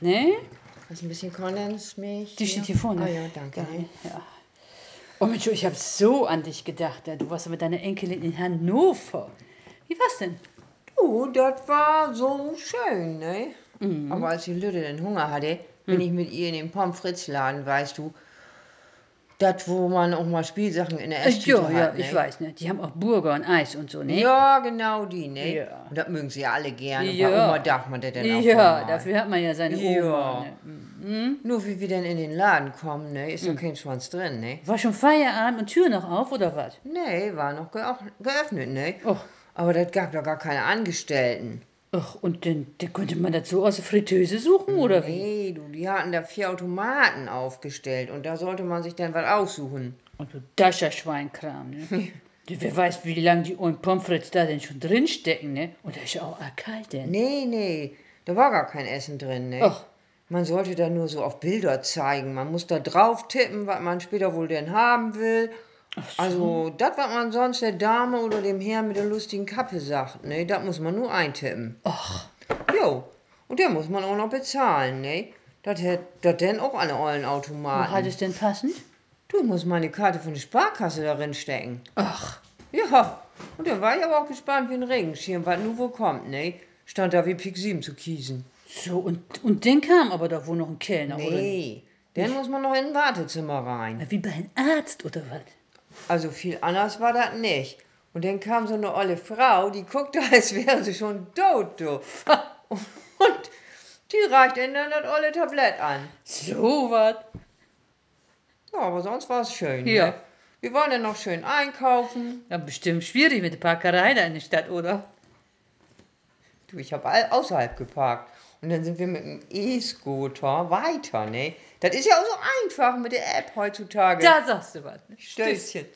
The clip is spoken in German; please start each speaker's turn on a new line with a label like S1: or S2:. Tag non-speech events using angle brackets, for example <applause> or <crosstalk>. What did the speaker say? S1: Nee?
S2: Hast ein bisschen Kondensmilch?
S1: ne? Die steht hier vorne.
S2: Ah ja, danke.
S1: Geil, ja. Oh Mensch, ich habe so an dich gedacht. ja. Du warst ja mit deiner Enkelin in Hannover. Wie war's denn?
S2: Du, Oh, das war so schön, ne?
S1: Mhm.
S2: Aber als die Lüde den Hunger hatte, bin ich mit ihr in den Pommes Fritz Laden, weißt du. Das, wo man auch mal Spielsachen in der
S1: Äh,
S2: Esstüte
S1: ja,
S2: hat,
S1: ja,
S2: ne?
S1: ich weiß, ne? Die haben auch Burger und Eis und so, ne?
S2: Ja, genau die, ne?
S1: Ja.
S2: Und das mögen sie alle gerne.
S1: Ja.
S2: Ja. Bei Oma darf man das denn auch
S1: Ja,
S2: mal.
S1: dafür hat man ja seine Oma.
S2: Ja.
S1: Ne?
S2: Nur wie wir denn in den Laden kommen, ne? Ist doch
S1: Mhm.
S2: kein Schwanz drin, ne?
S1: War schon Feierabend und Tür noch auf oder was?
S2: Nee, war noch geau- geöffnet, ne?
S1: Och,
S2: Aber das gab doch gar keine Angestellten.
S1: ach, und dann, dann konnte man das so aus der Fritteuse suchen oder wie?
S2: Nee, du, die hatten da vier Automaten aufgestellt und da sollte man sich dann was aussuchen.
S1: Und du das ist ja Schweinkram, ne? Wer weiß, wie lange die Ohren Pommes frites da denn schon drinstecken, ne? Und da ist ja auch kalt, denn.
S2: Nee, nee, da war gar kein Essen drin, ne?
S1: Ach.
S2: Man sollte da nur so auf Bilder zeigen. Man muss da drauf tippen, was man später wohl denn haben will. Also, das, was man sonst der Dame oder dem Herrn mit der lustigen Kappe sagt, ne, das muss man nur eintippen.
S1: Ach,
S2: Jo, und den muss man auch noch bezahlen, ne? Das hätt das denn auch alle ollen
S1: wo hat
S2: Automaten.
S1: es denn passend?
S2: Du musst meine Karte von der Sparkasse darin stecken.
S1: Ach,
S2: Ja, und dann war ich aber auch gespannt wie ein Regenschirm, was nun wohl kommt, ne? Stand da wie Pik 7 zu kiesen.
S1: so, und, und dann kam aber doch wohl noch ein Kellner, oder? nicht?
S2: Nee, dann muss man noch in ein Wartezimmer rein.
S1: Na, Wie bei einem Arzt, oder was?
S2: Also viel anders war das nicht. Und dann kam so eine olle Frau, die guckte, <laughs> als wäre sie schon tot, du. <laughs> Und die reicht ihnen dann das olle Tablett an.
S1: So was?
S2: Ja, aber sonst war es schön.
S1: Ja.
S2: Ne? Wir wollen dann noch schön einkaufen.
S1: Ja, bestimmt schwierig mit der Parkerei da in der Stadt, oder?
S2: Du, ich habe außerhalb geparkt. Und dann sind wir mit dem E-Scooter weiter, ne? Das ist ja auch so einfach mit der App heutzutage.
S1: Da sagst du was. ne?
S2: Stößchen.